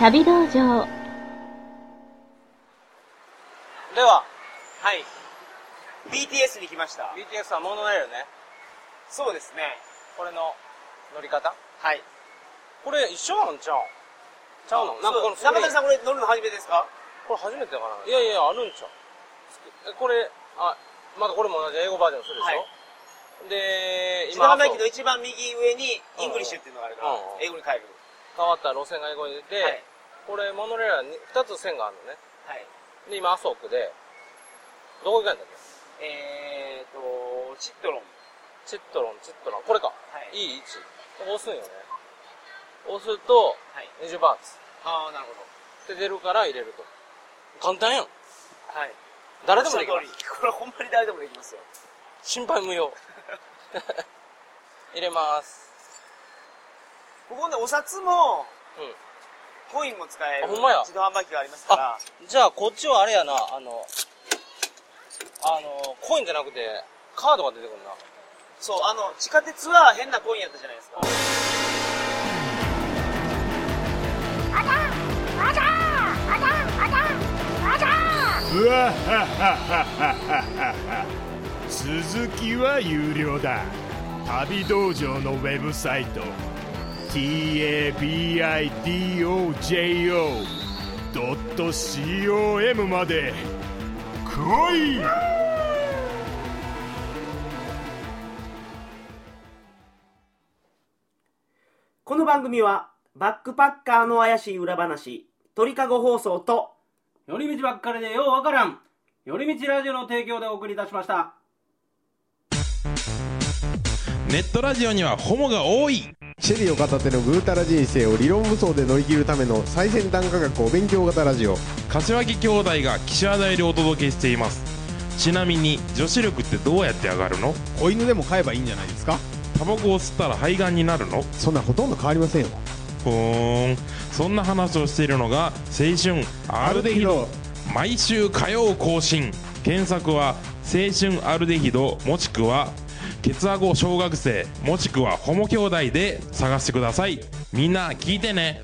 旅道場では、はい BTS に来ました BTS はモノレールね。そうですねこれの乗り方はいこれ一緒なんちゃうちゃうのなんかこのそう中谷さん。んこれ乗るの初めてですかこれ初めてだから。いやいや、あるんちゃうえこれ、あ、まだこれも同じ英語バージョンするはいでしょ、で、品川あと駅の一番右上にイングリッシュっていうのがあるからうんうんうん英語に変える変わった路線が英語で出て、はいこれモノレールはに2つ線があるのね。はいで、今、麻生区で、どこ行かんだっけえーとチットロンチットロン、チットロン。これか。はいい位置。押すんよね。押すと、はい20バーツ。ああなるほどって出るから入れると。簡単やん。はい誰でもできおっるしゃる。通りこれほんまに誰でもできますよ心配無 用。 入れます。ここねお札もうん。コインも使えるあほんまや自動販売機がありますからじゃあ、こっちはあれやな、あの、あの、コインじゃなくて、カードが出てくるな。そうあの地下鉄は変なコインやったじゃないですかうわははははは続きは有料だ旅道場のウェブサイト tabidojo.com まで来いこの番組は、バックパッカーの怪しい裏話、鳥かご放送と、寄り道ばっかりでようわからん寄り道ラジオの提供でお送りいたしましたネットラジオにはホモが多いシェリーを片手のぐうたら人生を理論武装で乗り切るための最先端科学お勉強型ラジオ柏木兄弟が岸和田よりお届けしていますちなみに女子力ってどうやって上がるの子犬でも飼えばいいんじゃないですかタバコを吸ったら肺がんになるのそんなほとんど変わりませんよふーんそんな話をしているのが青春アルデヒド毎週火曜更新検索は青春アルデヒドもしくはケツアゴ小学生もしくはホモ兄弟で探してくださいみんな聞いてね